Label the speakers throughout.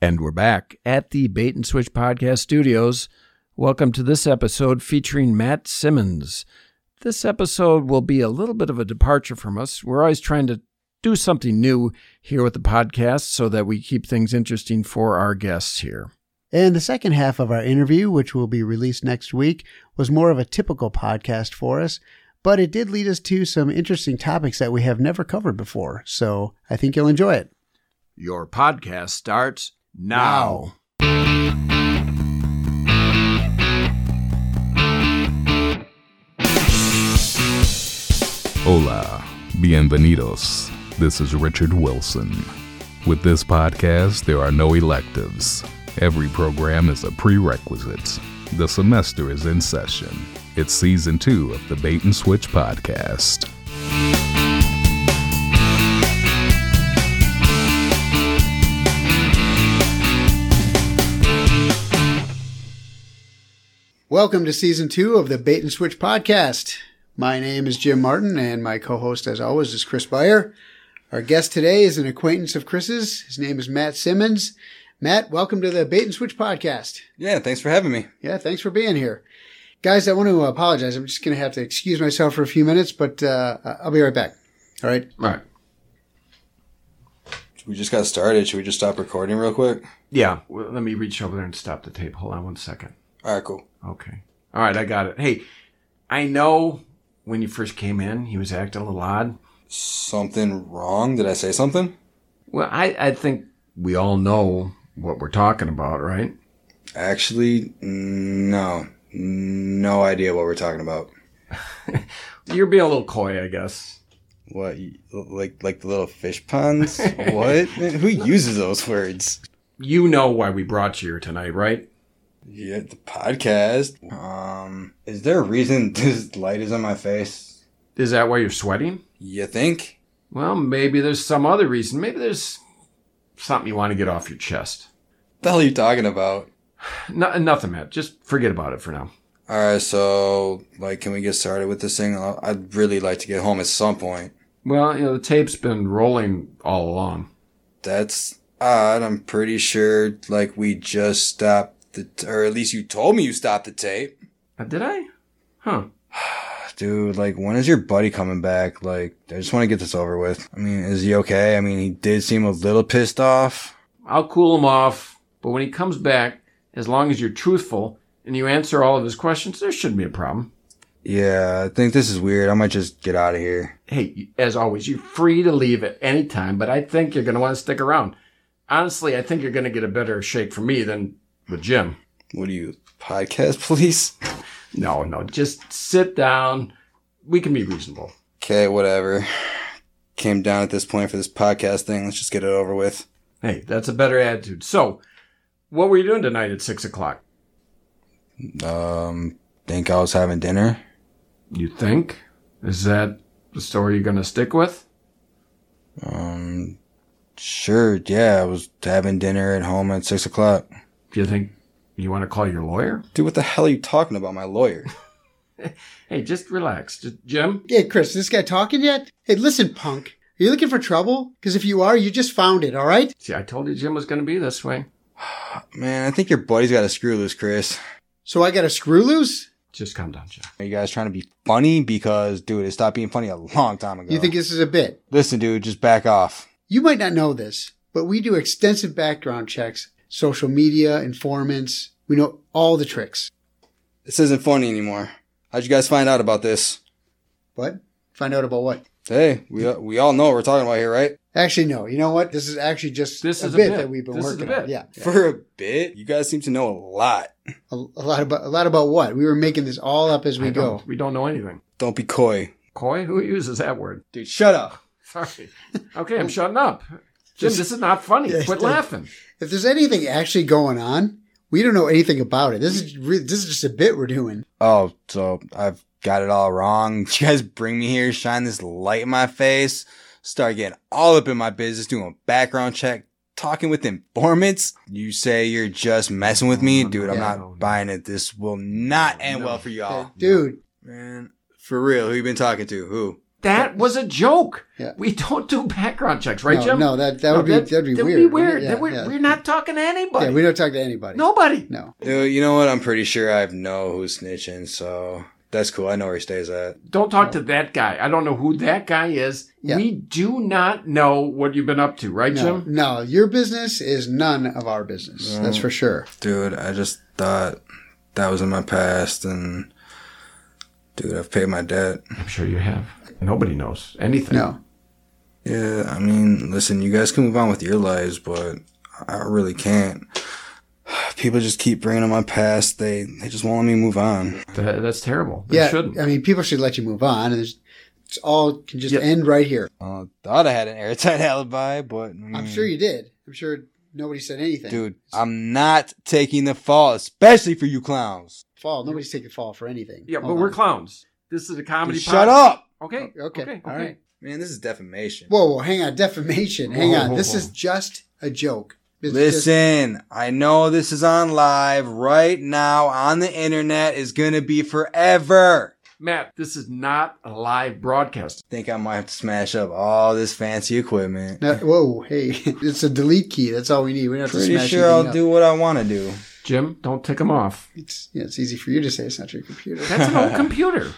Speaker 1: And we're back at the Bait and Switch Podcast Studios. Welcome to this episode featuring Matt Simmons. This episode will be a little bit of a departure from us. We're always trying to do something new here with the podcast so that we keep things interesting for our guests here.
Speaker 2: And the second half of our interview, which will be released next week, was more of a typical podcast for us, but it did lead us to some interesting topics that we have never covered before. So I think you'll enjoy it.
Speaker 1: Your podcast starts now.
Speaker 3: Hola, bienvenidos. This is Richard Wilson. With this podcast, there are no electives. Every program is a prerequisite. The semester is in session. It's season two of the Bait and Switch podcast.
Speaker 2: Welcome to season two of the Bait and Switch podcast. My name is Jim Martin, and my co host, as always, is Chris Beyer. Our guest today is an acquaintance of Chris's. His name is Matt Simmons. Matt, welcome to the Bait and Switch podcast.
Speaker 4: Yeah, thanks for having me.
Speaker 2: Yeah, thanks for being here. Guys, I want to apologize. I'm just going to have to excuse myself for a few minutes, but uh, I'll be right back. All right.
Speaker 1: All right.
Speaker 4: We just got started. Should we just stop recording real quick?
Speaker 1: Yeah. Well, let me reach over there and stop the tape. Hold on one second.
Speaker 4: All right, cool.
Speaker 1: Okay. All right. I got it. Hey, I know when you first came in, he was acting a little odd.
Speaker 4: Something wrong? Did I say something?
Speaker 1: Well, I, I think we all know what we're talking about, right?
Speaker 4: Actually, no. No idea what we're talking about.
Speaker 1: You're being a little coy, I guess.
Speaker 4: What? you- Like like the little fish ponds? what? Who uses those words?
Speaker 1: You know why we brought you here tonight, right?
Speaker 4: Yeah, the podcast. Um, is there a reason this light is on my face?
Speaker 1: Is that why you're sweating?
Speaker 4: You think?
Speaker 1: Well, maybe there's some other reason. Maybe there's something you want to get off your chest.
Speaker 4: What the hell are you talking about?
Speaker 1: No, nothing, Matt. Just forget about it for now.
Speaker 4: All right, so like, can we get started with this thing? I'll- I'd really like to get home at some point.
Speaker 1: Well, you know, the tape's been rolling all along.
Speaker 4: That's odd. I'm pretty sure, like, we just stopped the, t- or at least you told me you stopped the tape.
Speaker 1: Uh, did I? Huh.
Speaker 4: Dude, like, when is your buddy coming back? Like, I just want to get this over with. I mean, is he okay? I mean, he did seem a little pissed off.
Speaker 1: I'll cool him off, but when he comes back, as long as you're truthful and you answer all of his questions, there shouldn't be a problem.
Speaker 4: Yeah, I think this is weird. I might just get out of here.
Speaker 1: Hey, you- as always, you're free to leave at any time, but I think you're going to want to stick around. Honestly, I think you're going to get a better shake from me than with Jim.
Speaker 4: What do you, podcast police?
Speaker 1: No, no, just sit down. We can be reasonable.
Speaker 4: Okay, whatever. Came down at this point for this podcast thing. Let's just get it over with.
Speaker 1: Hey, that's a better attitude. So, what were you doing tonight at six o'clock?
Speaker 4: Um, think I was having dinner?
Speaker 1: You think? Is that the story you're going to stick with?
Speaker 4: Um, sure, yeah, I was having dinner at home at six o'clock.
Speaker 1: Do you think you want to call your lawyer?
Speaker 4: Dude, what the hell are you talking about, my lawyer?
Speaker 1: Hey, just relax. Just, Jim,
Speaker 2: Yeah, Chris, is this guy talking yet? Hey, listen, punk. Are you looking for trouble? Because if you are, you just found it, all right?
Speaker 1: see, I told you Jim was going to be this way.
Speaker 4: Man, I think your buddy's got a screw loose, Chris.
Speaker 2: So I got a screw loose?
Speaker 1: Just calm down, Jim.
Speaker 4: Are you guys trying to be funny? Because, dude, it stopped being funny a long time ago.
Speaker 2: You think this is a bit?
Speaker 4: Listen, dude, just back off.
Speaker 2: You might not know this, but we do extensive background checks, social media, informants. We know all the tricks.
Speaker 4: This isn't funny anymore. How'd you guys find out about this?
Speaker 2: What? Find out about what?
Speaker 4: Hey, we, uh, we all know what we're talking about here, right?
Speaker 2: Actually, no. You know what? This is actually just
Speaker 1: This
Speaker 2: a,
Speaker 1: is a
Speaker 2: bit
Speaker 1: bit.
Speaker 2: that we've been
Speaker 1: This is a
Speaker 2: working
Speaker 1: bit.
Speaker 2: on. Yeah, yeah.
Speaker 4: For a bit, you guys seem to know a lot.
Speaker 2: A, a lot about a lot about what we were making this all up as we
Speaker 1: I
Speaker 2: go.
Speaker 1: don't- we don't know anything.
Speaker 4: Don't be coy.
Speaker 1: Coy? Who uses that word?
Speaker 4: Dude, shut up.
Speaker 1: Sorry. Okay, I'm shutting up. Jim, this is not funny.
Speaker 2: Yeah,
Speaker 1: Quit
Speaker 2: don't-
Speaker 1: laughing.
Speaker 2: If there's anything actually going on, we don't know anything about it. This is re- this is just a bit we're doing.
Speaker 4: Oh, so I've got it all wrong. You guys bring me here, shine this light in my face, start getting all up in my business, doing a background check, talking with informants. You say you're just messing with me? Dude, I'm
Speaker 2: Yeah,
Speaker 4: not
Speaker 1: no, no.
Speaker 4: buying it. This will not end
Speaker 1: No.
Speaker 4: well for y'all.
Speaker 2: Dude,
Speaker 4: Man, for real, who you been talking to? Who?
Speaker 1: That was a joke.
Speaker 5: Yeah.
Speaker 1: We don't do background checks, right,
Speaker 5: no,
Speaker 1: Jim?
Speaker 5: no, that that would be that'd be weird.
Speaker 1: weird.
Speaker 5: Yeah,
Speaker 1: That we're,
Speaker 5: yeah.
Speaker 1: we're not talking to anybody.
Speaker 5: Yeah, we don't talk to anybody.
Speaker 1: Nobody.
Speaker 5: no.
Speaker 4: Uh, You know what? I'm pretty sure I know who's snitching, so that's cool. I know where he stays at.
Speaker 1: Don't talk to that guy. I don't know who that guy is.
Speaker 5: Yeah.
Speaker 1: We do not know what you've been up to, right,
Speaker 5: No,
Speaker 1: Jim?
Speaker 5: no, your business is none of our business. That's for sure.
Speaker 4: Dude, I just thought that was in my past, and dude, I've paid my debt.
Speaker 1: I'm sure you have. Nobody knows anything.
Speaker 5: No,
Speaker 4: Yeah, I mean, listen, you guys can move on with your lives, but I really can't. People just keep bringing up my past. They they just won't let me move on.
Speaker 1: That- that's terrible. They
Speaker 5: yeah.
Speaker 1: shouldn't.
Speaker 5: I mean, people should let you move on. And it's, it's all can just
Speaker 1: Yeah.
Speaker 5: end right here.
Speaker 4: I Uh, thought I had an airtight alibi, but
Speaker 5: I'm sure you did. I'm sure nobody said anything.
Speaker 4: dude. I'm not taking the fall, especially for you clowns.
Speaker 5: fall. Nobody's taking fall for anything.
Speaker 1: yeah, but
Speaker 5: Hold
Speaker 1: we're
Speaker 5: on.
Speaker 1: clowns. This is a comedy.
Speaker 4: Dude,
Speaker 1: pod-
Speaker 4: shut up,
Speaker 1: Okay.
Speaker 5: Okay, all right.
Speaker 4: man. This is defamation.
Speaker 5: Whoa, whoa, hang on. Defamation. Hang
Speaker 1: Whoa,
Speaker 5: on.
Speaker 1: whoa,
Speaker 5: This
Speaker 1: whoa.
Speaker 5: is just a joke. It's just-
Speaker 4: Listen, I know this is on live right now on the internet. Is gonna be forever.
Speaker 1: Matt, this is not a live broadcast.
Speaker 4: Think I might have to smash up all this fancy equipment.
Speaker 5: No, whoa, hey, it's a delete key. That's all we need. We don't have
Speaker 4: Pretty
Speaker 5: to smash
Speaker 4: sure I'll
Speaker 5: anything up.
Speaker 4: do what I want to do.
Speaker 1: Jim, don't tick him off.
Speaker 5: It's, yeah, it's easy for you to say. It's not your computer.
Speaker 1: That's an old computer.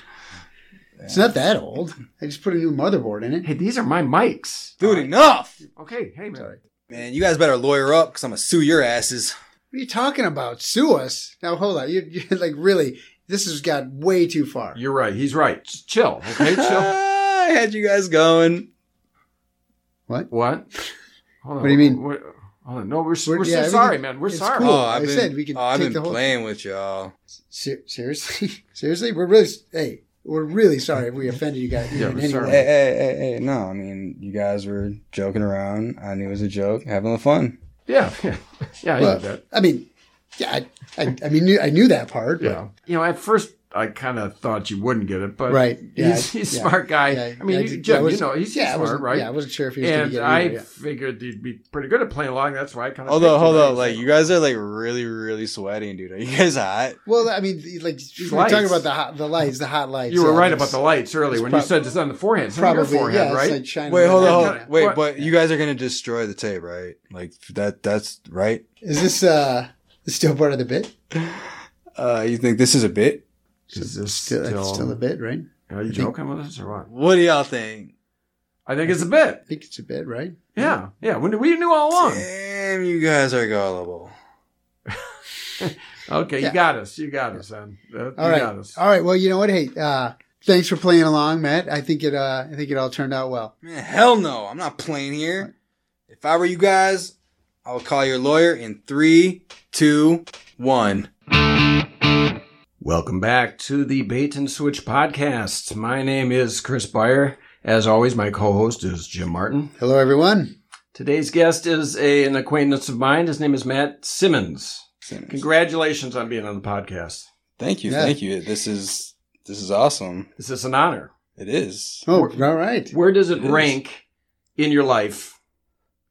Speaker 5: It's not that old. I just put a new motherboard in it.
Speaker 1: Hey, these are my mics.
Speaker 4: Dude,
Speaker 1: All right.
Speaker 4: enough!
Speaker 1: Okay. Hey, man.
Speaker 5: Sorry.
Speaker 4: Man, you guys better lawyer up because I'm going to sue your asses.
Speaker 5: What are you talking about? Sue us? Now hold on. You you're like really? This has got way too far.
Speaker 1: You're right. He's right. Just chill. Okay. Chill.
Speaker 4: I had you guys going.
Speaker 1: what? Hold on.
Speaker 5: What do you mean?
Speaker 1: We're, hold on. No, we're, we're,
Speaker 5: We're-
Speaker 1: so
Speaker 5: yeah, we
Speaker 1: sorry,
Speaker 5: can-
Speaker 1: man. We're
Speaker 5: it's
Speaker 1: sorry.
Speaker 5: cool.
Speaker 4: oh, I've
Speaker 5: I
Speaker 4: been,
Speaker 5: said we can
Speaker 4: oh, I've
Speaker 5: take
Speaker 4: been
Speaker 5: the whole-
Speaker 4: playing with y'all.
Speaker 5: Ser- seriously, seriously, we're really hey, we're really sorry if we offended you guys
Speaker 1: Yeah,
Speaker 5: in
Speaker 1: we're
Speaker 5: any
Speaker 1: sorry.
Speaker 5: way.
Speaker 4: Hey, hey, hey, hey. No, I mean, you guys were joking around. I knew it was a joke. Having fun.
Speaker 1: Yeah. Yeah. Yeah. I
Speaker 5: Well,
Speaker 1: did that.
Speaker 5: I mean, yeah, I, I, I mean, I knew that part. but-
Speaker 1: Yeah. You know, at first I kind of thought you wouldn't get it, but
Speaker 5: Right. Yeah.
Speaker 1: he's, he's a
Speaker 5: Yeah.
Speaker 1: smart guy.
Speaker 5: Yeah,
Speaker 1: I mean,
Speaker 5: did-
Speaker 1: you, Jim,
Speaker 5: was-
Speaker 1: you know, he's
Speaker 5: yeah, I
Speaker 1: smart,
Speaker 5: wasn't-
Speaker 1: right?
Speaker 5: Yeah, I wasn't sure if he was going to
Speaker 1: and
Speaker 5: get it.
Speaker 1: I
Speaker 5: either, yeah.
Speaker 1: figured he'd be pretty good at playing along. That's why I kind of.
Speaker 4: Although, hold up. Like, you guys are, like, really, really sweating, dude. Are you guys hot?
Speaker 5: Well, I mean, like we we're
Speaker 1: Lights.
Speaker 5: talking about the hot, the lights, the hot lights.
Speaker 1: you were
Speaker 5: yeah,
Speaker 1: right about
Speaker 5: that's
Speaker 1: the lights earlier
Speaker 5: it's
Speaker 1: when you
Speaker 5: prob-
Speaker 1: said it's on the forehand. It's on your
Speaker 5: Probably,
Speaker 1: forehand,
Speaker 5: yeah, it's
Speaker 1: right?
Speaker 5: like shining
Speaker 4: Wait,
Speaker 5: on
Speaker 4: hold
Speaker 5: the-
Speaker 4: on.
Speaker 1: Yeah,
Speaker 4: Hold
Speaker 1: yeah.
Speaker 4: on. Wait,
Speaker 1: What?
Speaker 4: but you guys are going to destroy the tape, right? Like, that that's right?
Speaker 5: Is this uh still part of the bit?
Speaker 4: Uh, you think this is a bit?
Speaker 1: Is this
Speaker 5: Still,
Speaker 1: still-
Speaker 5: it's still a bit, right?
Speaker 1: Are you joking with us or what?
Speaker 4: What do y'all think?
Speaker 1: I think it's a bit.
Speaker 5: I think it's a bit, right?
Speaker 1: Yeah, yeah. We, we knew all along.
Speaker 4: Damn, you guys are gullible.
Speaker 1: Okay, you
Speaker 5: Yeah.
Speaker 1: got us. You got us, son. Uh, you
Speaker 5: All right,
Speaker 1: got us.
Speaker 5: all right. Well, you know what? Hey, uh, thanks for playing along, Matt. I think it. Uh, I think it all turned out well.
Speaker 4: Man, hell no. I'm not playing here. If I were you guys, I would call your lawyer in three, two, one.
Speaker 1: Welcome back to the Bait and Switch podcast. My name is Chris Byer. As always, my co-host is Jim Martin.
Speaker 5: Hello, everyone.
Speaker 1: Today's guest is a, an acquaintance of mine. His name is Matt Simmons. Congratulations on being on the podcast.
Speaker 4: Thank you,
Speaker 5: Yeah.
Speaker 4: thank you. This is this is awesome.
Speaker 1: This is an honor.
Speaker 4: It is.
Speaker 5: Oh,
Speaker 1: We're-
Speaker 5: all right.
Speaker 1: Where does it
Speaker 4: Yes.
Speaker 1: rank in your life?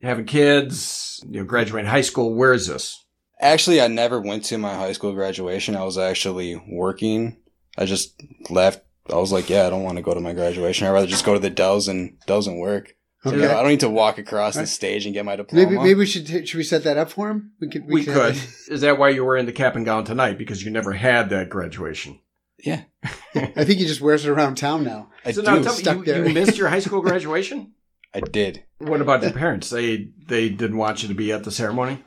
Speaker 1: Having kids, you know, graduating high school. Where is this?
Speaker 4: Actually, I never went to my high school graduation. I was actually working. I just left. I was like, yeah, I don't want to go to my graduation. I'd rather just go to the Dells and Dells and work. You know, I
Speaker 5: Okay.
Speaker 4: don't need to walk across the
Speaker 5: Alright.
Speaker 4: stage and get my diploma.
Speaker 5: Maybe maybe we should should we set that up for him? We could.
Speaker 1: We could. Is that why you were in the cap and gown tonight? Because you never had that graduation.
Speaker 4: Yeah,
Speaker 5: I think he just wears it around town now.
Speaker 4: I
Speaker 1: so
Speaker 4: do.
Speaker 1: now tell
Speaker 5: Stuck
Speaker 1: me, you,
Speaker 5: there.
Speaker 1: you missed your high school graduation.
Speaker 4: I did.
Speaker 1: What about your parents? They they didn't want you to be at the ceremony.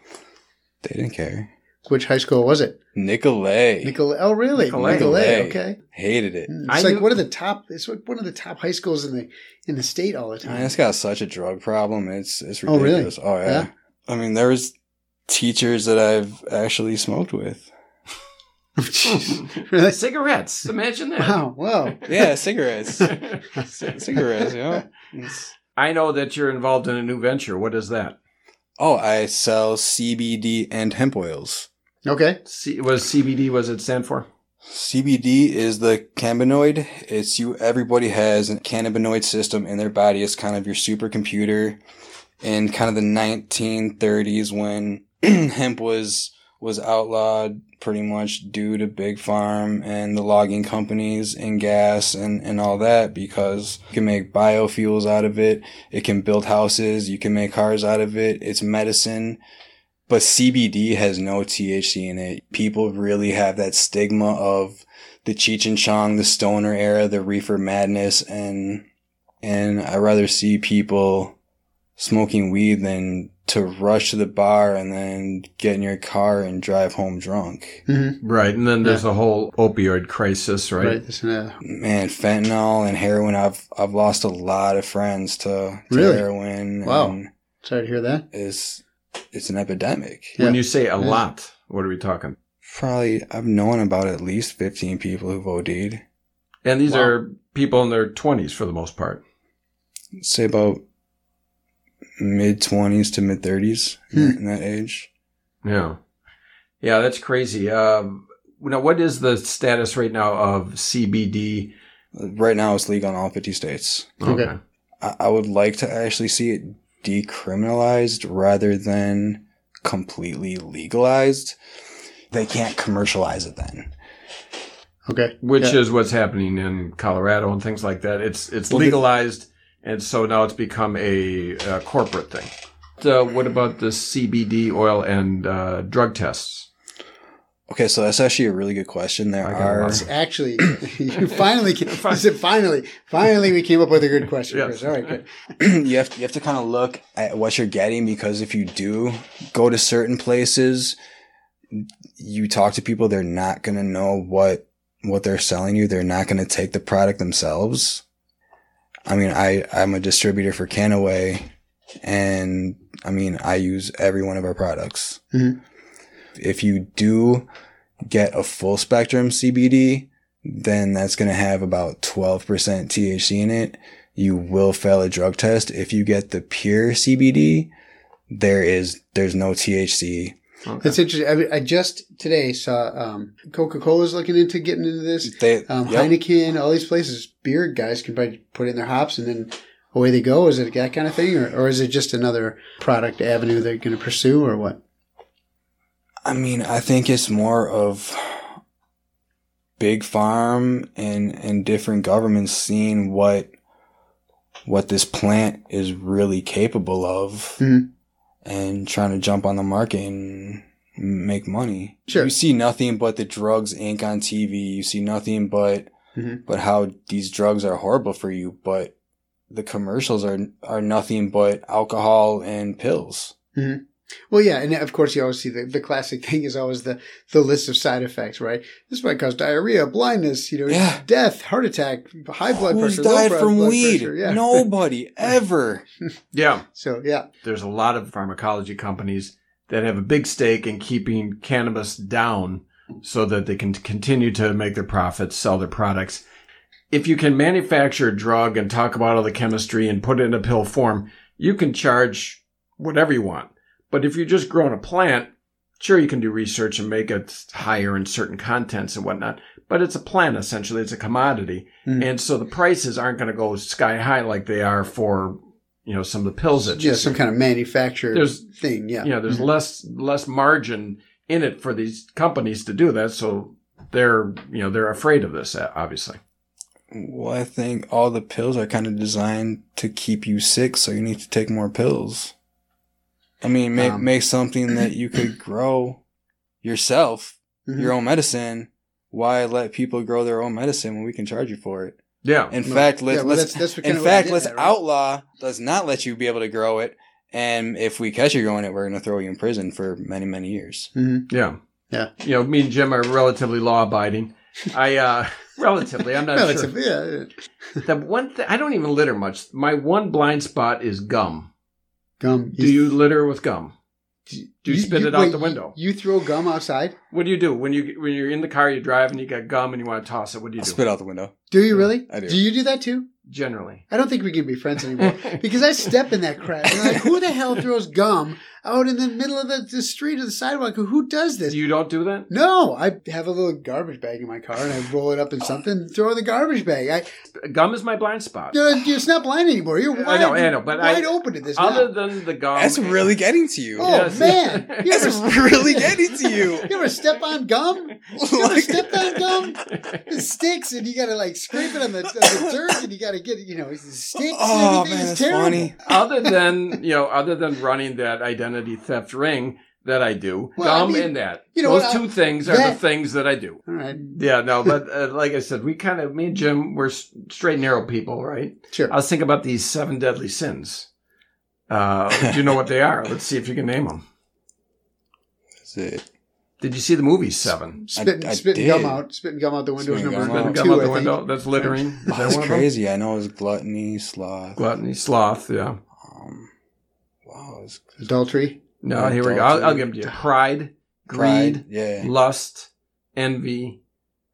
Speaker 4: They didn't care.
Speaker 5: Which high school was it?
Speaker 4: Nicolay.
Speaker 5: Nicolay. Oh, really?
Speaker 1: Nicolay.
Speaker 5: Nicolay.
Speaker 4: Nicolay.
Speaker 5: Okay.
Speaker 4: Hated it.
Speaker 5: Mm,
Speaker 1: I
Speaker 5: It's like
Speaker 1: knew-
Speaker 5: one of the top. It's like one of the top high schools in the in the state all the
Speaker 4: I mean,
Speaker 5: time.
Speaker 4: it's got such a drug problem. It's it's
Speaker 5: Oh, really?
Speaker 4: ridiculous. Oh, yeah.
Speaker 5: Yeah?
Speaker 4: I mean, there was teachers that I've actually smoked with.
Speaker 5: Jeez. Really?
Speaker 1: Cigarettes. Imagine that.
Speaker 5: Wow. Whoa.
Speaker 4: Yeah, cigarettes. C- cigarettes, you know? It's-
Speaker 1: I know that you're involved in a new venture. What is that?
Speaker 4: oh, I sell CBD and hemp oils.
Speaker 5: Okay.
Speaker 1: C- was CBD? Was it stand for?
Speaker 4: CBD is the cannabinoid. It's you. Everybody has a cannabinoid system in their body. It's kind of your supercomputer. In kind of the 1930s, when hemp was was outlawed pretty much due to big farm and the logging companies and gas and, and all that because you can make biofuels out of it. It can build houses. You can make cars out of it. It's medicine. But CBD has no THC in it. People really have that stigma of the Cheech and Chong, the stoner era, the reefer madness. And, and I rather see people smoking weed than to rush to the bar and then get in your car and drive home drunk.
Speaker 5: Mm-hmm.
Speaker 1: Right. And then there's a whole opioid crisis, right?
Speaker 5: Right. That's another-
Speaker 4: Man, fentanyl and heroin. I've I've lost a lot of friends to, to
Speaker 5: Really?
Speaker 4: heroin.
Speaker 5: Wow.
Speaker 4: and
Speaker 5: Sorry to hear that.
Speaker 4: It's it's an epidemic.
Speaker 5: Yeah.
Speaker 1: When you say a
Speaker 5: Yeah.
Speaker 1: lot, what are we talking?
Speaker 4: Probably I've known about at least fifteen people who've OD'd.
Speaker 1: And these
Speaker 5: Wow.
Speaker 1: are people in their 20s for the most part.
Speaker 4: Say about mid twenties to mid thirties in,
Speaker 5: Hmm.
Speaker 4: in that age.
Speaker 1: Yeah. Yeah, that's crazy. Um, now, what is the status right now of CBD?
Speaker 4: Right now, it's legal in all fifty states.
Speaker 5: Okay.
Speaker 4: I, I would like to actually see it decriminalized rather than completely legalized. They can't commercialize it then.
Speaker 5: Okay.
Speaker 1: Which
Speaker 5: Yeah.
Speaker 1: is what's happening in Colorado and things like that. It's it's
Speaker 4: Well, the-
Speaker 1: legalized, and so now it's become a, uh corporate thing. Uh, what about the CBD oil and uh, drug tests?
Speaker 4: Okay, so that's actually a really good question. There
Speaker 1: I got
Speaker 4: are
Speaker 1: lots.
Speaker 5: Actually, you finally came,
Speaker 1: Fine.
Speaker 5: I said finally, finally we came up with a good question,
Speaker 1: Yes.
Speaker 5: Chris. All right, good.
Speaker 4: you have you have to kind of look at what you're getting because if you do go to certain places, you talk to people, they're not gonna know what what they're selling you. They're not gonna take the product themselves. I mean, I I'm a distributor for Canaway, and I mean I use every one of our products.
Speaker 5: Mhm.
Speaker 4: If you do get a full spectrum CBD, then that's gonna have about 12% THC in it you will fail a drug test. If you get the pure CBD, there is there's no THC.
Speaker 1: Okay.
Speaker 5: That's interesting. I, mean, I just today saw um, Coca Cola's looking into getting into this.
Speaker 4: They
Speaker 5: Um,
Speaker 4: yep.
Speaker 5: Heineken, all these places, beer guys can probably put in their hops and then away they go. Is it that kind of thing, or, or is it just another product avenue they're going to pursue, or what?
Speaker 4: I mean, I think it's more of big farm and and different governments seeing what what this plant is really capable of
Speaker 5: Mhm.
Speaker 4: and trying to jump on the market and make money.
Speaker 5: Sure.
Speaker 4: You see nothing but the drugs ink on TV. You see nothing but
Speaker 5: Mhm.
Speaker 4: but how these drugs are horrible for you, but the commercials are are nothing but alcohol and pills.
Speaker 5: Well, yeah, and of course you always see the, the classic thing is always the the list of side effects, right? This might cause diarrhea, blindness, you know,
Speaker 4: Yeah.
Speaker 5: death, heart attack, high blood
Speaker 4: Who's
Speaker 5: pressure, low
Speaker 4: died
Speaker 5: blood-
Speaker 4: from
Speaker 5: blood
Speaker 4: weed?
Speaker 5: pressure, yeah.
Speaker 4: Nobody ever.
Speaker 1: Yeah,
Speaker 5: So yeah,
Speaker 1: there's a lot of pharmacology companies that have a big stake in keeping cannabis down so that they can continue to make their profits, sell their products. If you can manufacture a drug and talk about all the chemistry and put it in a pill form, you can charge whatever you want. But if you're just growing a plant, sure, you can do research and make it higher in certain contents and whatnot, but it's a plant essentially, it's a commodity.
Speaker 5: Mm.
Speaker 1: And so the prices aren't going to go sky high like they are for, you know, some of the pills that you
Speaker 5: just
Speaker 1: see.
Speaker 5: some kind of manufactured
Speaker 1: There's-
Speaker 5: thing, yeah. Mm-hmm.
Speaker 1: Yeah, there's less less margin in it for these companies to do that, so they're you know they're afraid of this, uh, obviously.
Speaker 4: Well, I think all the pills are kind of designed to keep you sick, so you need to take more pills. I mean, make
Speaker 5: Um,
Speaker 4: make something that you could grow yourself,
Speaker 5: Mhm.
Speaker 4: your own medicine. Why let people grow their own medicine when we can charge you for it?
Speaker 1: Yeah,
Speaker 4: In
Speaker 5: Well,
Speaker 4: fact, let's,
Speaker 5: yeah, well,
Speaker 4: let's
Speaker 5: that's- that's what
Speaker 4: in
Speaker 5: kinda what I
Speaker 4: fact
Speaker 5: did
Speaker 4: let's
Speaker 5: that, right?
Speaker 4: outlaw. Let's not let you be able to grow it. And if we catch you growing it, we're going to throw you in prison for many many years.
Speaker 5: Mhm.
Speaker 1: yeah,
Speaker 5: Yeah.
Speaker 1: You know, me and Jim are relatively law abiding. I uh relatively, I'm not
Speaker 5: Relative, yeah, yeah.
Speaker 1: sure. The one thing I don't even litter much. My one blind spot is gum.
Speaker 5: Gum.
Speaker 1: Do you litter with gum? Do you, spit it out
Speaker 5: wait,
Speaker 1: the window?
Speaker 5: You throw gum outside?
Speaker 1: what do you do when you when you're in the car, you drive and you got gum and you want to toss it? What do you
Speaker 4: I
Speaker 1: do?
Speaker 4: spit out the window.
Speaker 5: Do you really?
Speaker 4: I do.
Speaker 5: Do you do that too?
Speaker 1: generally.
Speaker 5: I don't think we can be friends anymore because I step in that crap. And I'm like, who the hell throws gum out in the middle of the, the street or the sidewalk? Who does this?
Speaker 1: You don't do that?
Speaker 5: no, I have a little garbage bag in my car and I roll it up in something, throw in the garbage bag. I,
Speaker 1: Gum is my blind spot.
Speaker 5: no, it's not blind anymore. You're wide,
Speaker 1: I know, I know, but I-
Speaker 5: wide open to this.
Speaker 1: Other
Speaker 5: now.
Speaker 1: than the gum.
Speaker 4: That's really getting to you.
Speaker 5: Um, oh
Speaker 1: Yes.
Speaker 5: man, you
Speaker 4: That's
Speaker 5: ever,
Speaker 4: really getting to you.
Speaker 5: you ever step on gum? You ever
Speaker 4: Like-
Speaker 5: step on gum? It sticks, and you gotta like scrape it on the, on the dirt, and you gotta get you know it sticks.
Speaker 4: Oh,
Speaker 5: and everything.
Speaker 4: man,
Speaker 5: It's
Speaker 4: that's
Speaker 5: terrible.
Speaker 4: funny.
Speaker 1: other than you know, other than running that identity theft ring that I do,
Speaker 5: Well, I
Speaker 1: gum
Speaker 5: mean,
Speaker 1: and that.
Speaker 5: you know
Speaker 1: Those
Speaker 5: what, I-
Speaker 1: two things are the
Speaker 5: that-
Speaker 1: things that I do.
Speaker 5: All right,
Speaker 1: Yeah, no, but uh, like I said, we kind of me and Jim we're s- straight and narrow people, right?
Speaker 5: sure.
Speaker 1: I was thinking about these seven deadly sins. Uh, do you know what they are? Let's see if you can name them.
Speaker 4: That's it.
Speaker 1: Did you see the movie Seven?
Speaker 5: Spitting,
Speaker 4: I- I
Speaker 5: spitting gum
Speaker 4: did.
Speaker 5: out, spitting gum out the window. is
Speaker 4: Spitting
Speaker 5: number
Speaker 4: gum
Speaker 1: Spitting
Speaker 4: out.
Speaker 1: gum
Speaker 5: two,
Speaker 1: out
Speaker 5: I
Speaker 1: the
Speaker 5: think.
Speaker 1: window. That's littering. Is that
Speaker 4: That's
Speaker 1: one of them?
Speaker 4: crazy. I know it was gluttony, sloth.
Speaker 1: Gluttony, sloth. Yeah.
Speaker 4: Um, wow. It's
Speaker 5: Adultery.
Speaker 1: No, here we go. I'll, I'll give them to you. Pride, greed,
Speaker 4: Yeah.
Speaker 1: lust, envy,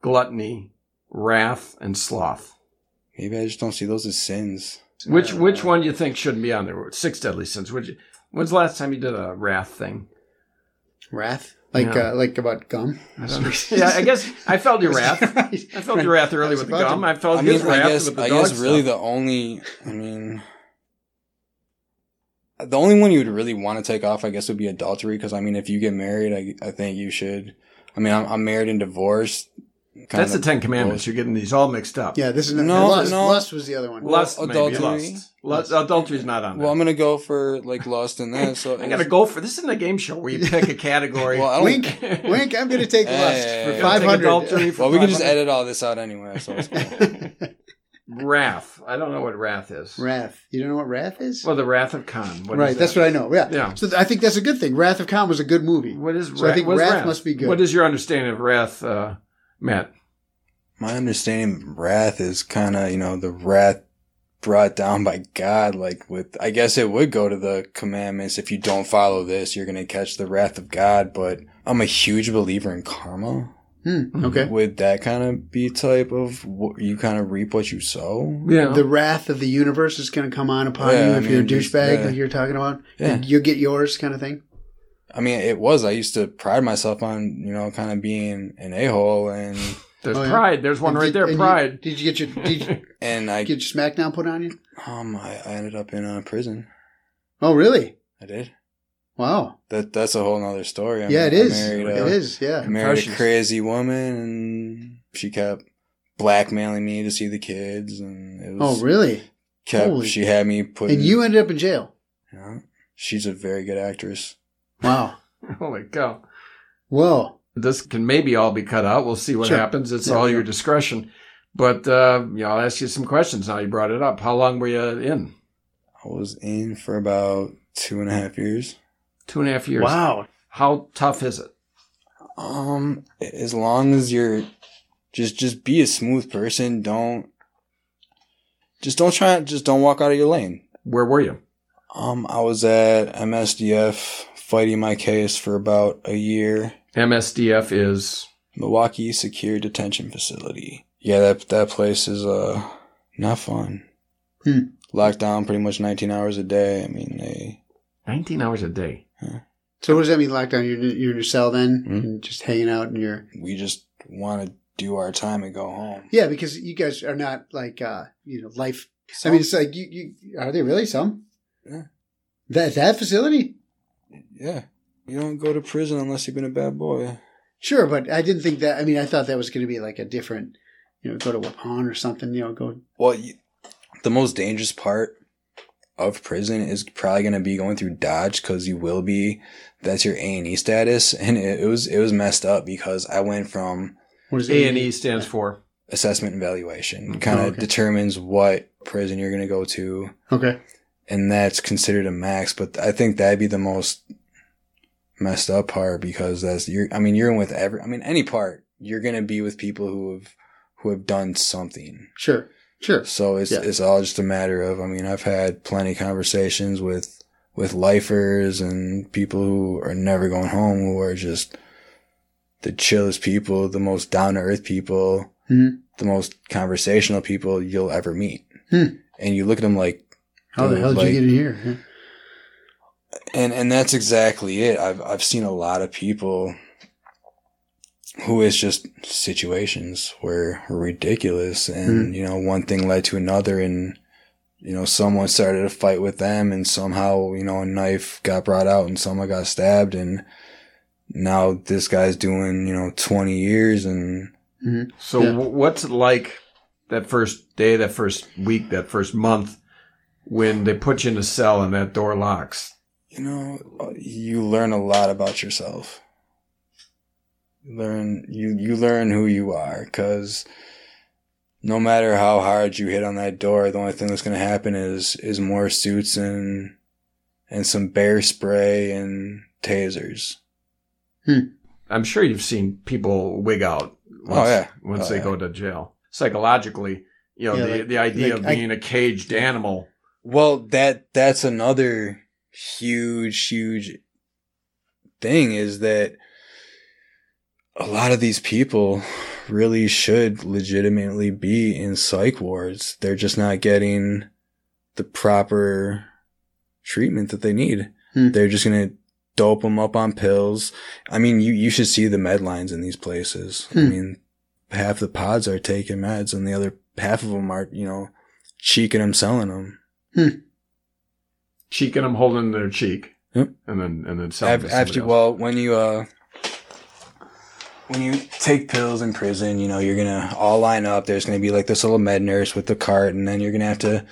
Speaker 1: gluttony, wrath, and sloth.
Speaker 4: Maybe I just don't see those as sins.
Speaker 1: Which
Speaker 4: Uh,
Speaker 1: which one do you think shouldn't be on there? Six deadly sins. Which when's the last time you did a wrath thing?
Speaker 5: Wrath. Like
Speaker 1: Yeah.
Speaker 5: uh, like about gum.
Speaker 1: I don't know. yeah, I guess I felt your wrath. I felt your wrath earlier
Speaker 5: I was
Speaker 1: with the
Speaker 5: about
Speaker 1: gum.
Speaker 5: to-
Speaker 1: I felt
Speaker 4: I mean,
Speaker 1: his
Speaker 4: I
Speaker 1: wrath
Speaker 4: guess,
Speaker 1: with the
Speaker 4: I
Speaker 1: dog
Speaker 4: guess really
Speaker 1: stuff.
Speaker 4: the only, I mean, the only one you would really want to take off, I guess, would be adultery. Because I mean, if you get married, I, I think you should. I mean, I'm, I'm married and divorced.
Speaker 1: That's the
Speaker 4: Kinda-
Speaker 1: Ten Commandments. You're getting these all mixed up.
Speaker 5: Yeah, this is
Speaker 4: No,
Speaker 5: lust.
Speaker 4: no.
Speaker 5: Lust was the other one.
Speaker 1: lust,
Speaker 4: Well,
Speaker 1: maybe.
Speaker 4: adultery.
Speaker 1: Lust. lust. Adultery's not on there.
Speaker 4: Well, I'm gonna go for like lust and that. So
Speaker 1: I gotta go for this. Isn't a game show where you pick a category.
Speaker 4: Well, I don't,
Speaker 5: Wink, wink. I'm gonna take
Speaker 4: Hey,
Speaker 5: lust
Speaker 4: hey,
Speaker 5: for
Speaker 4: hey.
Speaker 5: five hundred.
Speaker 1: for
Speaker 4: well, we can just
Speaker 1: 500.
Speaker 4: edit all this out anyway. So it's cool.
Speaker 1: wrath. I don't know what wrath is.
Speaker 5: Wrath. You don't know what wrath is?
Speaker 1: Well, the wrath of Khan. What is
Speaker 5: right. That's
Speaker 1: that?
Speaker 5: what I know. Yeah.
Speaker 1: Yeah.
Speaker 5: So th- I think that's a good thing. Wrath of Khan was a good movie.
Speaker 1: What is
Speaker 5: So I
Speaker 1: wrath?
Speaker 5: think
Speaker 1: what is
Speaker 5: wrath must be good.
Speaker 1: What is your understanding of wrath, uh, Matt?
Speaker 4: my understanding of wrath is kind of you know the wrath brought down by god like with i guess it would go to the commandments if you don't follow this you're gonna catch the wrath of god but i'm a huge believer in karma
Speaker 1: Mm-hmm.
Speaker 5: Hmm, okay.
Speaker 4: would that kind of be type of what you kind of reap what you sow
Speaker 1: Yeah.
Speaker 5: The wrath of the universe is going to come on upon
Speaker 4: Oh. Yeah,
Speaker 5: you
Speaker 4: I
Speaker 5: if you're a
Speaker 4: mean, just-
Speaker 5: douchebag
Speaker 4: yeah.
Speaker 5: like you're talking about.
Speaker 4: Yeah.
Speaker 5: You get yours kind of thing.
Speaker 4: i mean it was i used to pride myself on you know kind of being an a-hole and
Speaker 1: There's
Speaker 5: Oh, yeah.
Speaker 1: pride. There's one
Speaker 5: And
Speaker 1: right
Speaker 5: did-
Speaker 1: there.
Speaker 5: and you-
Speaker 1: Pride.
Speaker 5: did you get your did you
Speaker 4: and i
Speaker 5: get your smackdown put on you?
Speaker 4: um i, I ended up in uh, prison
Speaker 5: Oh, really?
Speaker 4: i did
Speaker 5: Wow.
Speaker 4: that that's a whole nother story I
Speaker 5: yeah, it
Speaker 4: mean, I
Speaker 5: is.
Speaker 4: married, uh,
Speaker 5: it is. Yeah.
Speaker 4: I married a
Speaker 1: Impressions.
Speaker 4: crazy woman, and she kept blackmailing me to see the kids, and it
Speaker 5: Oh,
Speaker 4: was
Speaker 5: really?
Speaker 4: kept.
Speaker 5: Holy-
Speaker 4: She had me put.
Speaker 5: And you ended up in jail.
Speaker 4: Yeah. she's a very good actress.
Speaker 5: Wow.
Speaker 1: Holy cow.
Speaker 5: Whoa.
Speaker 1: This can maybe all be cut out. We'll see what
Speaker 5: Sure.
Speaker 1: happens. It's
Speaker 5: Yeah,
Speaker 1: all
Speaker 5: yeah.
Speaker 1: your discretion. But uh, you know, I'll ask you some questions now. You brought it up. How long were you in?
Speaker 4: I was in for about two and a half years.
Speaker 1: Two and a half years.
Speaker 5: Wow.
Speaker 1: How tough is it?
Speaker 4: Um, as long as you're just just be a smooth person. Don't just don't try. Just don't walk out of your lane.
Speaker 1: Where were you?
Speaker 4: Um, I was at MSDF fighting my case for about a year.
Speaker 1: MSDF is
Speaker 4: Milwaukee Secure Detention Facility. Yeah, that that place is uh not fun.
Speaker 5: Hmm.
Speaker 4: Locked down pretty much 19 hours a day. I mean, they
Speaker 1: 19 hours a day.
Speaker 5: So what does that mean? Lockdown. You're, you're in your cell then,
Speaker 4: Mhm.
Speaker 5: and just hanging out in your.
Speaker 4: we just want to do our time and go home.
Speaker 5: Yeah, because you guys are not like uh you know life.
Speaker 4: So-
Speaker 5: I mean, it's like you, you are they really some?
Speaker 4: Yeah.
Speaker 5: That that facility.
Speaker 4: yeah, you don't go to prison unless you've been a bad boy.
Speaker 5: Sure, but I didn't think that. I mean, I thought that was going to be like a different, you know, go to Wapan or something. You know, go.
Speaker 4: Well, you, the most dangerous part of prison is probably going to be going through Dodge because you will be. That's your A and E status, and it, it was it was messed up because I went from
Speaker 5: What is it?
Speaker 1: A and E stands for.
Speaker 4: assessment and valuation
Speaker 1: Mm,
Speaker 4: kind
Speaker 5: oh,
Speaker 4: of
Speaker 5: okay.
Speaker 4: determines what prison you're going to go to
Speaker 5: Okay.
Speaker 4: and that's considered a max but i think that'd be the most messed up part because that's you're i mean you're in with every i mean any part you're going to be with people who have who have done something
Speaker 5: Sure. Sure.
Speaker 4: so it's
Speaker 5: Yeah.
Speaker 4: it's all just a matter of i mean i've had plenty of conversations with with lifers and people who are never going home who are just the chillest people the most down to earth people
Speaker 5: Mhm.
Speaker 4: the most conversational people you'll ever meet.
Speaker 5: Hmm.
Speaker 4: And you look at them like,
Speaker 5: How the
Speaker 4: Dude,
Speaker 5: hell did
Speaker 4: like-
Speaker 5: you get in here? Yeah.
Speaker 4: and and that's exactly it. I've I've seen a lot of people who it's just situations where were ridiculous, and you know one thing led to another, and you know someone started a fight with them, and somehow you know a knife got brought out, and someone got stabbed, and now this guy's doing you know twenty years, and
Speaker 1: So
Speaker 5: Yeah.
Speaker 1: wh- what's it like that first day, that first week, that first month when they put you in a cell and that door locks?
Speaker 4: you know uh, you learn a lot about yourself you learn you you learn who you are because no matter how hard you hit on that door the only thing that's going to happen is is more suits and and some bear spray and tasers
Speaker 1: I'm sure you've seen people wig out once,
Speaker 4: yeah.
Speaker 1: once
Speaker 4: Oh,
Speaker 1: they
Speaker 4: yeah.
Speaker 1: go to jail. Psychologically, you know,
Speaker 5: Yeah,
Speaker 1: the,
Speaker 5: like-
Speaker 1: the idea
Speaker 5: like
Speaker 1: of
Speaker 5: I-
Speaker 1: being a caged animal.
Speaker 4: well that that's another huge huge thing is that a lot of these people really should legitimately be in psych wards they're just not getting the proper treatment that they need
Speaker 5: Hmm.
Speaker 4: they're just gonna dope them up on pills i mean you you should see the med lines in these places i
Speaker 5: Hmm.
Speaker 4: mean half the pods are taking meds and the other half of them are you know cheeking them selling them
Speaker 1: cheeking them, holding their cheek,
Speaker 4: Yep.
Speaker 1: and then and then selling
Speaker 4: Af-
Speaker 1: to
Speaker 4: after,
Speaker 1: somebody else.
Speaker 4: well when you uh when you take pills in prison you know you're gonna all line up there's gonna be like this little med nurse with the cart and then you're gonna have to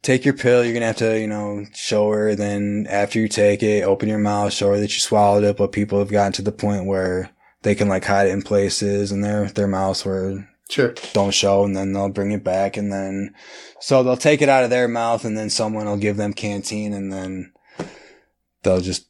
Speaker 4: take your pill you're gonna have to you know show her then after you take it open your mouth show her that you swallowed it but people have gotten to the point where they can like hide it in places in their their mouths where
Speaker 5: Sure.
Speaker 4: don't show and then they'll bring it back and then so they'll take it out of their mouth and then someone will give them canteen and then they'll just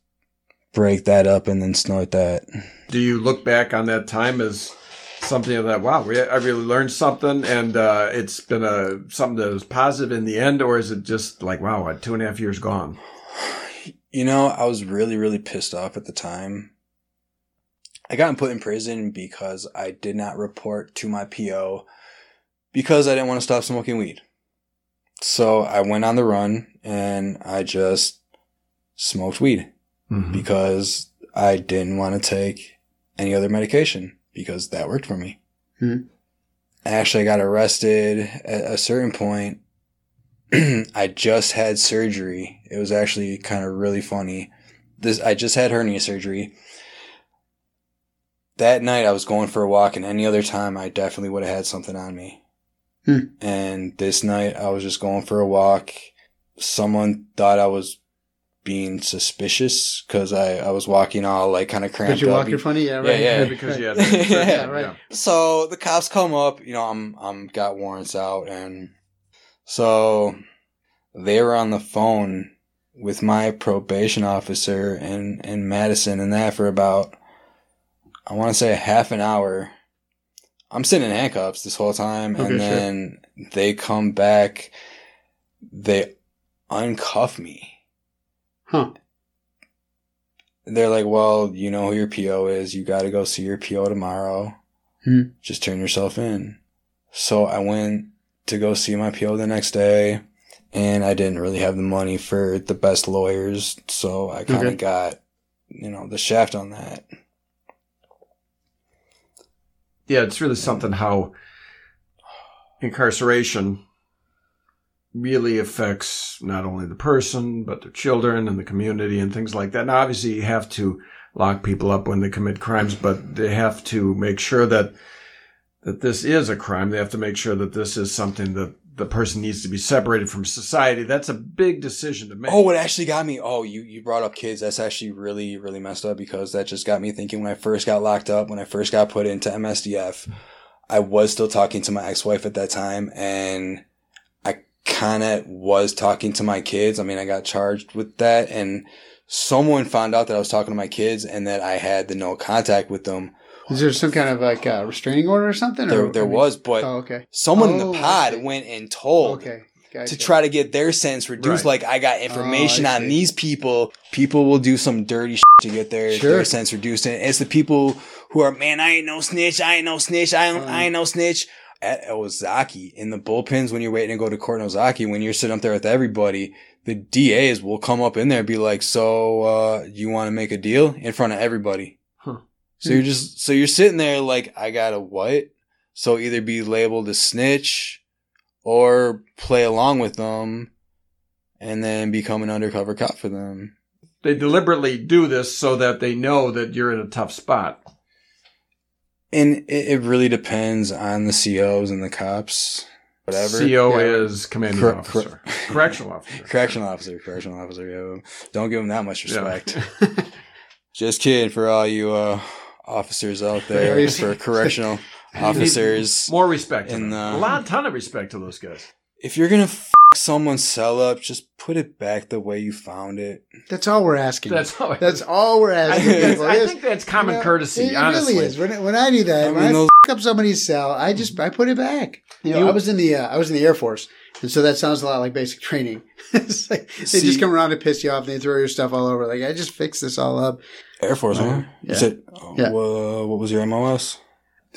Speaker 4: break that up and then snort that
Speaker 1: Do you look back on that time as something that wow, we, I really learned something, and uh, it's been a something that was positive in the end, or is it just like wow, two and a half years gone?
Speaker 4: you know i was really really pissed off at the time i got put in prison because i did not report to my po because i didn't want to stop smoking weed so i went on the run and i just smoked weed
Speaker 1: Mm-hmm.
Speaker 4: Mm-hmm. because I didn't want to take any other medication because that worked for me.
Speaker 5: Hmm.
Speaker 4: Actually, I got arrested at a certain point. I just had surgery. It was actually kind of really funny. This I just had hernia surgery. That night I was going for a walk, and any other time I definitely would have had something on me.
Speaker 5: Hmm.
Speaker 4: And this night I was just going for a walk. Someone thought I was being suspicious because I, I was walking all like kind of
Speaker 5: Did
Speaker 4: cramped
Speaker 5: you
Speaker 4: up.
Speaker 5: walk your funny? Yeah, right.
Speaker 4: Yeah,
Speaker 5: right,
Speaker 1: because
Speaker 5: right.
Speaker 1: you had
Speaker 4: Yeah,
Speaker 5: right.
Speaker 4: so the cops come up, you know, I'm I'm got warrants out and so they were on the phone with my probation officer and and Madison and that for about I want to say half an hour. I'm sitting in handcuffs this whole time
Speaker 5: Okay, sure.
Speaker 4: and then they come back they uncuff me.
Speaker 5: Huh.
Speaker 4: They're like, "Well, you know who your PO is. You got to go see your PO tomorrow." just turn yourself in. So I went to go see my PO the next day, and I didn't really have the money for the best lawyers, so I kind of
Speaker 5: Okay.
Speaker 4: got, you know, the shaft on that.
Speaker 1: yeah, it's really something how incarceration really affects not only the person but their children and the community and things like that. Now, obviously, you have to lock people up when they commit crimes, but they have to make sure that that this is a crime. They have to make sure that this is something that the person needs to be separated from society. That's a big decision to make.
Speaker 4: Oh, it actually got me. Oh, you, you brought up kids. That's actually really, really messed up because that just got me thinking when I first got locked up, when I first got put into MSDF, I was still talking to my ex wife at that time and I kind of was talking to my kids. I mean, I got charged with that and someone found out that I was talking to my kids and that I had the no contact with them.
Speaker 5: Is there some kind of like uh, restraining order or something?
Speaker 4: There,
Speaker 5: or,
Speaker 4: there
Speaker 5: I mean-
Speaker 4: was, but
Speaker 5: Oh, okay.
Speaker 4: someone in
Speaker 5: Oh,
Speaker 4: the
Speaker 5: I see.
Speaker 4: pod went and told
Speaker 5: Okay. Gotcha.
Speaker 4: to try to get their sentence reduced.
Speaker 1: Right.
Speaker 4: Like I got information
Speaker 5: Oh, I
Speaker 4: on
Speaker 5: see.
Speaker 4: these people. People will do some dirty shit to get their,
Speaker 5: Sure.
Speaker 4: their sentence reduced. And it's the people who are, man, I ain't no snitch. I ain't no snitch. I ain't, I ain't no snitch. at Ozaki in the bullpens when you're waiting to go to court in Ozaki, when you're sitting up there with everybody, the DAs will come up in there and be like, "So, uh, you want to make a deal in front of everybody?"
Speaker 1: Huh.
Speaker 4: So you're just so you're sitting there like, "I got a what?" So either be labeled a snitch or play along with them and then become an undercover cop for them.
Speaker 1: They deliberately do this so that they know that you're in a tough spot.
Speaker 4: And it, it really depends on the COs and the cops, whatever.
Speaker 1: CO
Speaker 5: Yeah.
Speaker 1: E is commanding
Speaker 4: Cor-
Speaker 1: officer,
Speaker 4: cor-
Speaker 1: correctional officer.
Speaker 4: Correctional officer, correctional officer. Yeah. Don't give him that much
Speaker 1: Yeah.
Speaker 4: respect. Just kidding for all you uh, officers out there,
Speaker 5: Crazy.
Speaker 4: for correctional
Speaker 1: You need
Speaker 4: officers.
Speaker 1: More respect. To them.
Speaker 4: in
Speaker 1: A
Speaker 4: the-
Speaker 1: lot, ton of respect to those guys.
Speaker 4: If you're gonna f- someone sell up, just put it back the way you found it.
Speaker 5: That's all we're asking. That's,
Speaker 1: That's how. I-
Speaker 5: all we're
Speaker 1: I
Speaker 5: asking.
Speaker 1: think that's,
Speaker 5: people
Speaker 1: I
Speaker 5: is,
Speaker 1: think that's common
Speaker 5: you know,
Speaker 1: courtesy.
Speaker 5: It, it
Speaker 1: honestly,
Speaker 5: really is. When, I- when I do that,
Speaker 4: I
Speaker 5: when
Speaker 4: mean,
Speaker 5: I
Speaker 4: those-
Speaker 5: f- up somebody's cell, I just I put it back. You know,
Speaker 1: You-
Speaker 5: I was in the uh, I was in the Air Force, and so that sounds a lot like basic training. it's like they
Speaker 4: See-
Speaker 5: just come around to piss you off, and they throw your stuff all over. Like I just fixed this all up.
Speaker 4: Air Force
Speaker 5: Uh-huh.
Speaker 4: One. You
Speaker 5: Yeah.
Speaker 4: said, oh,
Speaker 5: Yeah.
Speaker 4: wha- what was your MOS?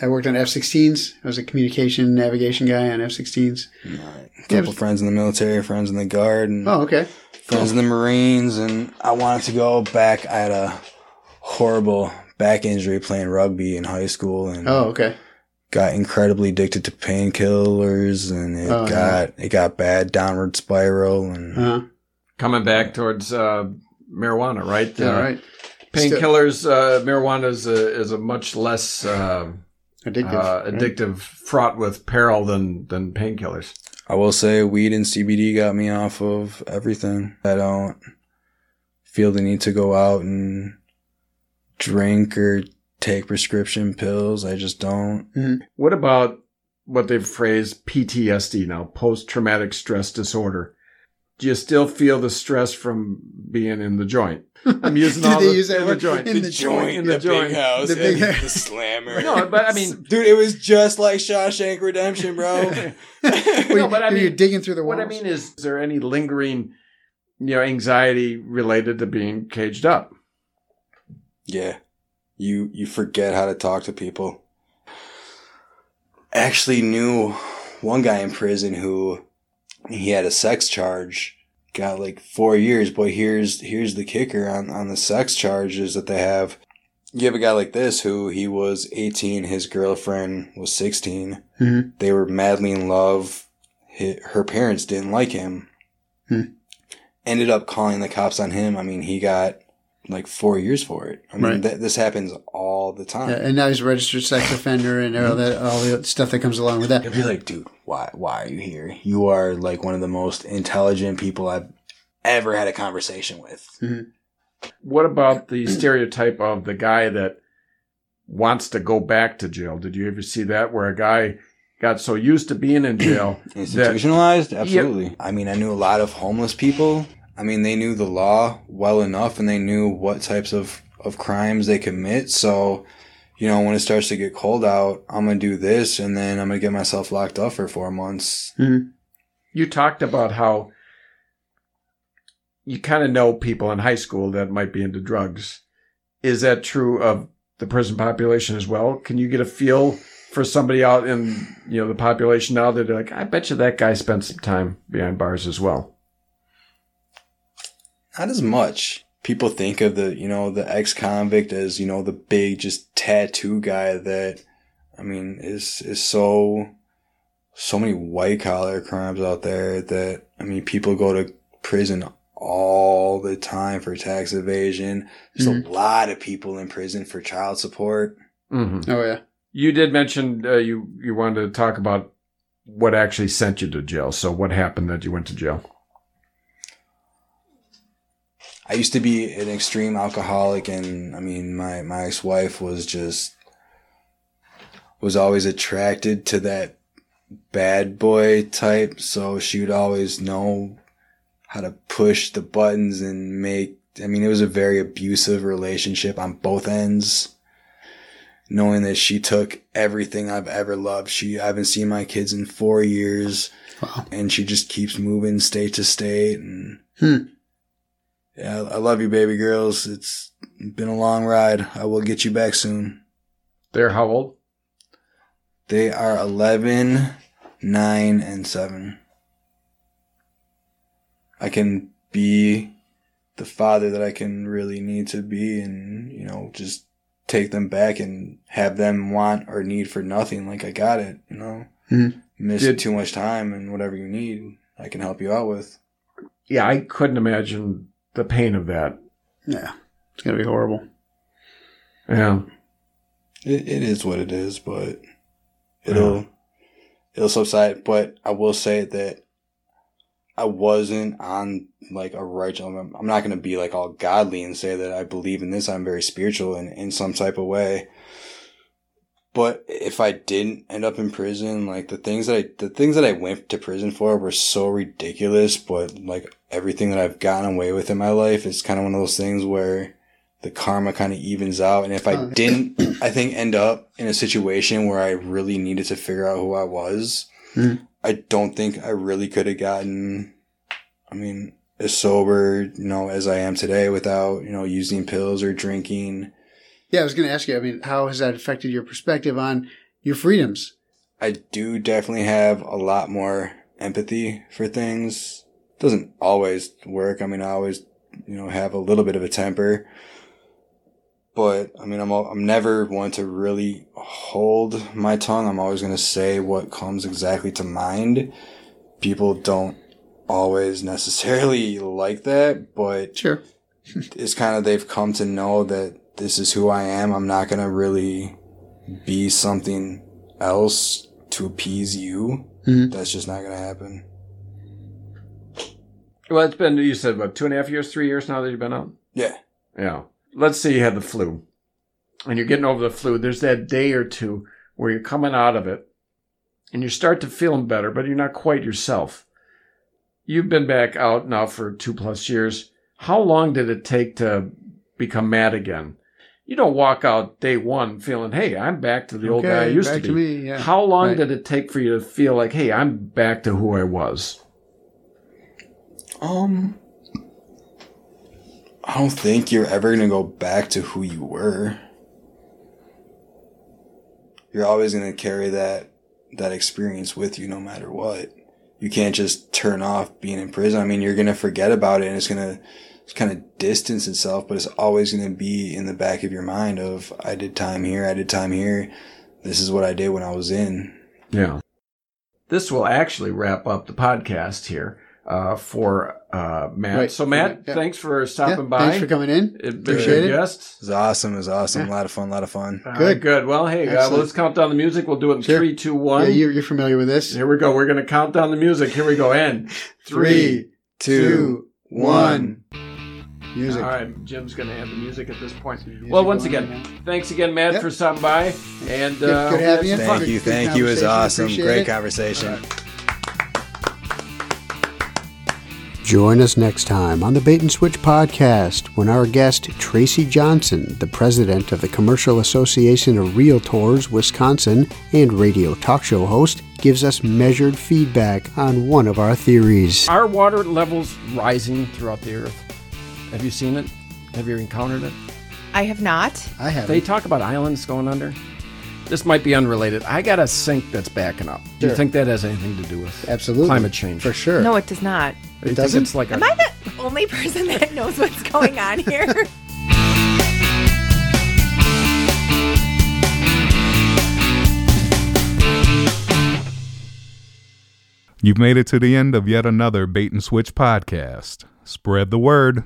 Speaker 5: I worked on F-16s. I was a communication navigation guy on F-16s.
Speaker 4: Right.
Speaker 5: Yeah,
Speaker 4: Couple
Speaker 5: but-
Speaker 4: friends in the military, friends in the guard, and
Speaker 5: Oh, okay.
Speaker 4: friends in the Marines, and I wanted to go back. I had a horrible back injury playing rugby in high school, and
Speaker 5: Oh, okay.
Speaker 4: got incredibly addicted to painkillers, and it
Speaker 5: Oh, yeah.
Speaker 4: got it got bad downward spiral, and
Speaker 5: Uh-huh.
Speaker 1: coming back towards uh, marijuana, right?
Speaker 5: Yeah,
Speaker 1: Uh,
Speaker 5: all right.
Speaker 1: Painkillers, uh, marijuana is a, is a much less uh,
Speaker 5: Addictive.
Speaker 1: uh, addictive, fraught with peril than than painkillers.
Speaker 4: I will say weed and CBD got me off of everything. I don't feel the need to go out and drink or take prescription pills. I just don't.
Speaker 1: What about what they've phrased PTSD now, post traumatic stress disorder? Do you still feel the stress from being in the joint? I'm using
Speaker 5: Did
Speaker 1: all
Speaker 5: they
Speaker 1: the,
Speaker 5: use that
Speaker 1: in
Speaker 5: word?
Speaker 1: the joint.
Speaker 5: In the joint,
Speaker 1: in the joint.
Speaker 4: house,
Speaker 5: The big
Speaker 4: and
Speaker 5: house.
Speaker 4: slammer.
Speaker 1: No, but I mean,
Speaker 4: Dude, it was just like Shawshank Redemption, bro.
Speaker 5: Were you-
Speaker 1: but I
Speaker 5: were you
Speaker 1: mean-
Speaker 5: digging through the walls.
Speaker 1: what I mean is, is there any lingering, you know, anxiety related to being caged up?
Speaker 4: Yeah. You you forget how to talk to people. Actually knew one guy in prison who he had a sex charge, got like four years, but here's here's the kicker on, on the sex charges that they have. You have a guy like this who he was eighteen, his girlfriend was 16
Speaker 5: Mhm.
Speaker 4: They were madly in love. Hi- Her parents didn't like him.
Speaker 5: Hmm.
Speaker 4: Ended up calling the cops on him. I mean, he got like four years for it. I mean,
Speaker 5: Right.
Speaker 4: th- this happens all the time.
Speaker 5: Yeah, and now he's a registered sex offender and all that, all the stuff that comes along with that.
Speaker 4: You'll be like, dude, why, why are you here? You are like one of the most intelligent people I've ever had a conversation with.
Speaker 1: What about the stereotype of the guy that wants to go back to jail? Did you ever see that where a guy got so used to being in jail?
Speaker 4: Institutionalized?
Speaker 1: Yeah.
Speaker 4: Absolutely. I mean, I knew a lot of homeless people. I mean, they knew the law well enough and they knew what types of, of crimes they commit. So, you know, when it starts to get cold out, I'm going to do this and then I'm going to get myself locked up for four months.
Speaker 1: You talked about how you kind of know people in high school that might be into drugs. Is that true of the prison population as well? Can you get a feel for somebody out in you know the population now that they're like, I bet you that guy spent some time behind bars as well.
Speaker 4: Not as much. People think of the, you know, the ex convict as, you know, the big just tattoo guy that, I mean, is, is so, so many white collar crimes out there that, I mean, people go to prison all the time for tax evasion. There's a lot of people in prison for child support.
Speaker 1: Mm-hmm.
Speaker 5: Oh yeah,
Speaker 1: You did mention uh, you you wanted to talk about what actually sent you to jail. So what happened that you went to jail?
Speaker 4: I used to be an extreme alcoholic, and I mean, my my ex wife was just was always attracted to that bad boy type, so she would always know how to push the buttons and make. I mean, it was a very abusive relationship on both ends. Knowing that she took everything I've ever loved, she I haven't seen my kids in four years,
Speaker 5: Wow.
Speaker 4: and she just keeps moving state to state and. Yeah, I I love you, baby girls. It's been a long ride. I will get you back soon.
Speaker 1: They're how old?
Speaker 4: They are 11, 9, and 7. I can be the father that I can really need to be and, you know, just take them back and have them want or need for nothing. Like, I got it, you know?
Speaker 5: Mhm.
Speaker 4: Miss
Speaker 1: Did-
Speaker 4: too much time and whatever you need, I can help you out with.
Speaker 1: Yeah, I couldn't imagine the pain of that.
Speaker 5: Yeah. It's going to be horrible.
Speaker 1: Yeah.
Speaker 4: It, it is what it is, but it'll it'll subside. But I will say that I wasn't on like a righteous. I'm, I'm not going to be like all godly and say that I believe in this. I'm very spiritual in in some type of way. But if I didn't end up in prison, like the things that I the things that I went to prison for were so ridiculous. But like everything that I've gotten away with in my life is kind of one of those things where the karma kind of evens out. And if I
Speaker 5: Oh.
Speaker 4: didn't I think end up in a situation where I really needed to figure out who I was.
Speaker 5: Mhm.
Speaker 4: I don't think I really could have gotten I mean, as sober, you know, as I am today without, you know, using pills or drinking.
Speaker 5: Yeah, I was going to ask you, I mean, how has that affected your perspective on your freedoms?
Speaker 4: I do definitely have a lot more empathy for things. Doesn't always work. I mean, I always, you know, have a little bit of a temper. But I mean, I'm al- I'm never one to really hold my tongue. I'm always going to say what comes exactly to mind. People don't always necessarily like that, but
Speaker 5: Sure.
Speaker 4: it's kind of they've come to know that this is who I am. I'm not gonna really be something else to appease you.
Speaker 5: Mhm.
Speaker 4: That's just not gonna happen.
Speaker 1: Well, it's been, you said, what, two and a half years, three years now that you've been out?
Speaker 4: Yeah.
Speaker 1: Yeah. Let's say you had the flu and you're getting over the flu. There's that day or two where you're coming out of it and you start to feeling better, but you're not quite yourself. You've been back out now for two plus years. How long did it take to become mad again? You don't walk out day one feeling, hey, I'm back to the old guy I
Speaker 5: Okay,
Speaker 1: used
Speaker 5: back
Speaker 1: to be.
Speaker 5: to me. Yeah.
Speaker 1: How long
Speaker 5: Right.
Speaker 1: did it take for you to feel like, hey, I'm back to who I was?
Speaker 4: Um, I don't think you're ever gonna go back to who you were. You're always gonna carry that that experience with you, no matter what. You can't just turn off being in prison. I mean, you're gonna forget about it, and it's gonna it's kind of distance itself, but it's always gonna be in the back of your mind of I did time here, I did time here. This is what I did when I was in.
Speaker 1: Yeah. This will actually wrap up the podcast here uh, for uh, Matt.
Speaker 5: Right.
Speaker 1: So, Matt,
Speaker 5: Yeah.
Speaker 1: thanks for
Speaker 5: Yeah,
Speaker 1: stopping by.
Speaker 5: Thanks for coming in.
Speaker 1: It-
Speaker 5: Appreciate
Speaker 1: uh,
Speaker 5: it.
Speaker 1: Yes.
Speaker 4: It was awesome. It was awesome. A lot of fun. A lot of fun.
Speaker 1: All right,
Speaker 5: Good.
Speaker 1: good. Well, hey, uh,
Speaker 5: Excellent.
Speaker 1: let's count down the music. We'll do it in
Speaker 5: Sure.
Speaker 1: three, two,
Speaker 5: Yeah,
Speaker 1: one.
Speaker 5: you're, you're familiar with this.
Speaker 1: Here we go. We're going to count down the music. Here we go. And
Speaker 5: Three,
Speaker 4: Two, one.
Speaker 5: Music.
Speaker 1: All right. Jim's going to have the music at this point.
Speaker 5: Music
Speaker 1: Well, once
Speaker 5: going
Speaker 1: again,
Speaker 5: on,
Speaker 1: thanks again, Matt,
Speaker 5: Yep.
Speaker 1: for stopping by. And
Speaker 5: Good-
Speaker 1: uh,
Speaker 5: good
Speaker 1: hope
Speaker 5: having
Speaker 1: you. had some
Speaker 5: you.
Speaker 4: Thank
Speaker 5: Good-
Speaker 4: you,
Speaker 5: good
Speaker 4: thank you. It was
Speaker 5: conversation.
Speaker 4: awesome.
Speaker 5: Appreciate
Speaker 4: Great
Speaker 5: it.
Speaker 4: conversation.
Speaker 5: Join us next time on the Bait and Switch podcast when our guest, Tracy Johnson, the president of the Commercial Association of Realtors Wisconsin and radio talk show host, gives us measured feedback on one of our theories.
Speaker 1: Are water levels rising throughout the earth? Have you seen it? Have you encountered it?
Speaker 6: I have not.
Speaker 5: I have
Speaker 1: They talk about islands going under. This might be unrelated. I got a sink that's backing up. Do you
Speaker 5: Sure.
Speaker 1: think that has anything to do with
Speaker 5: absolutely
Speaker 1: climate change?
Speaker 5: for sure.
Speaker 6: No, it does not.
Speaker 1: Do you think
Speaker 5: doesn't?
Speaker 1: It's like a,
Speaker 6: Am I the only person that knows what's going on here?
Speaker 3: You've made it to the end of yet another Bait and Switch podcast. Spread the word.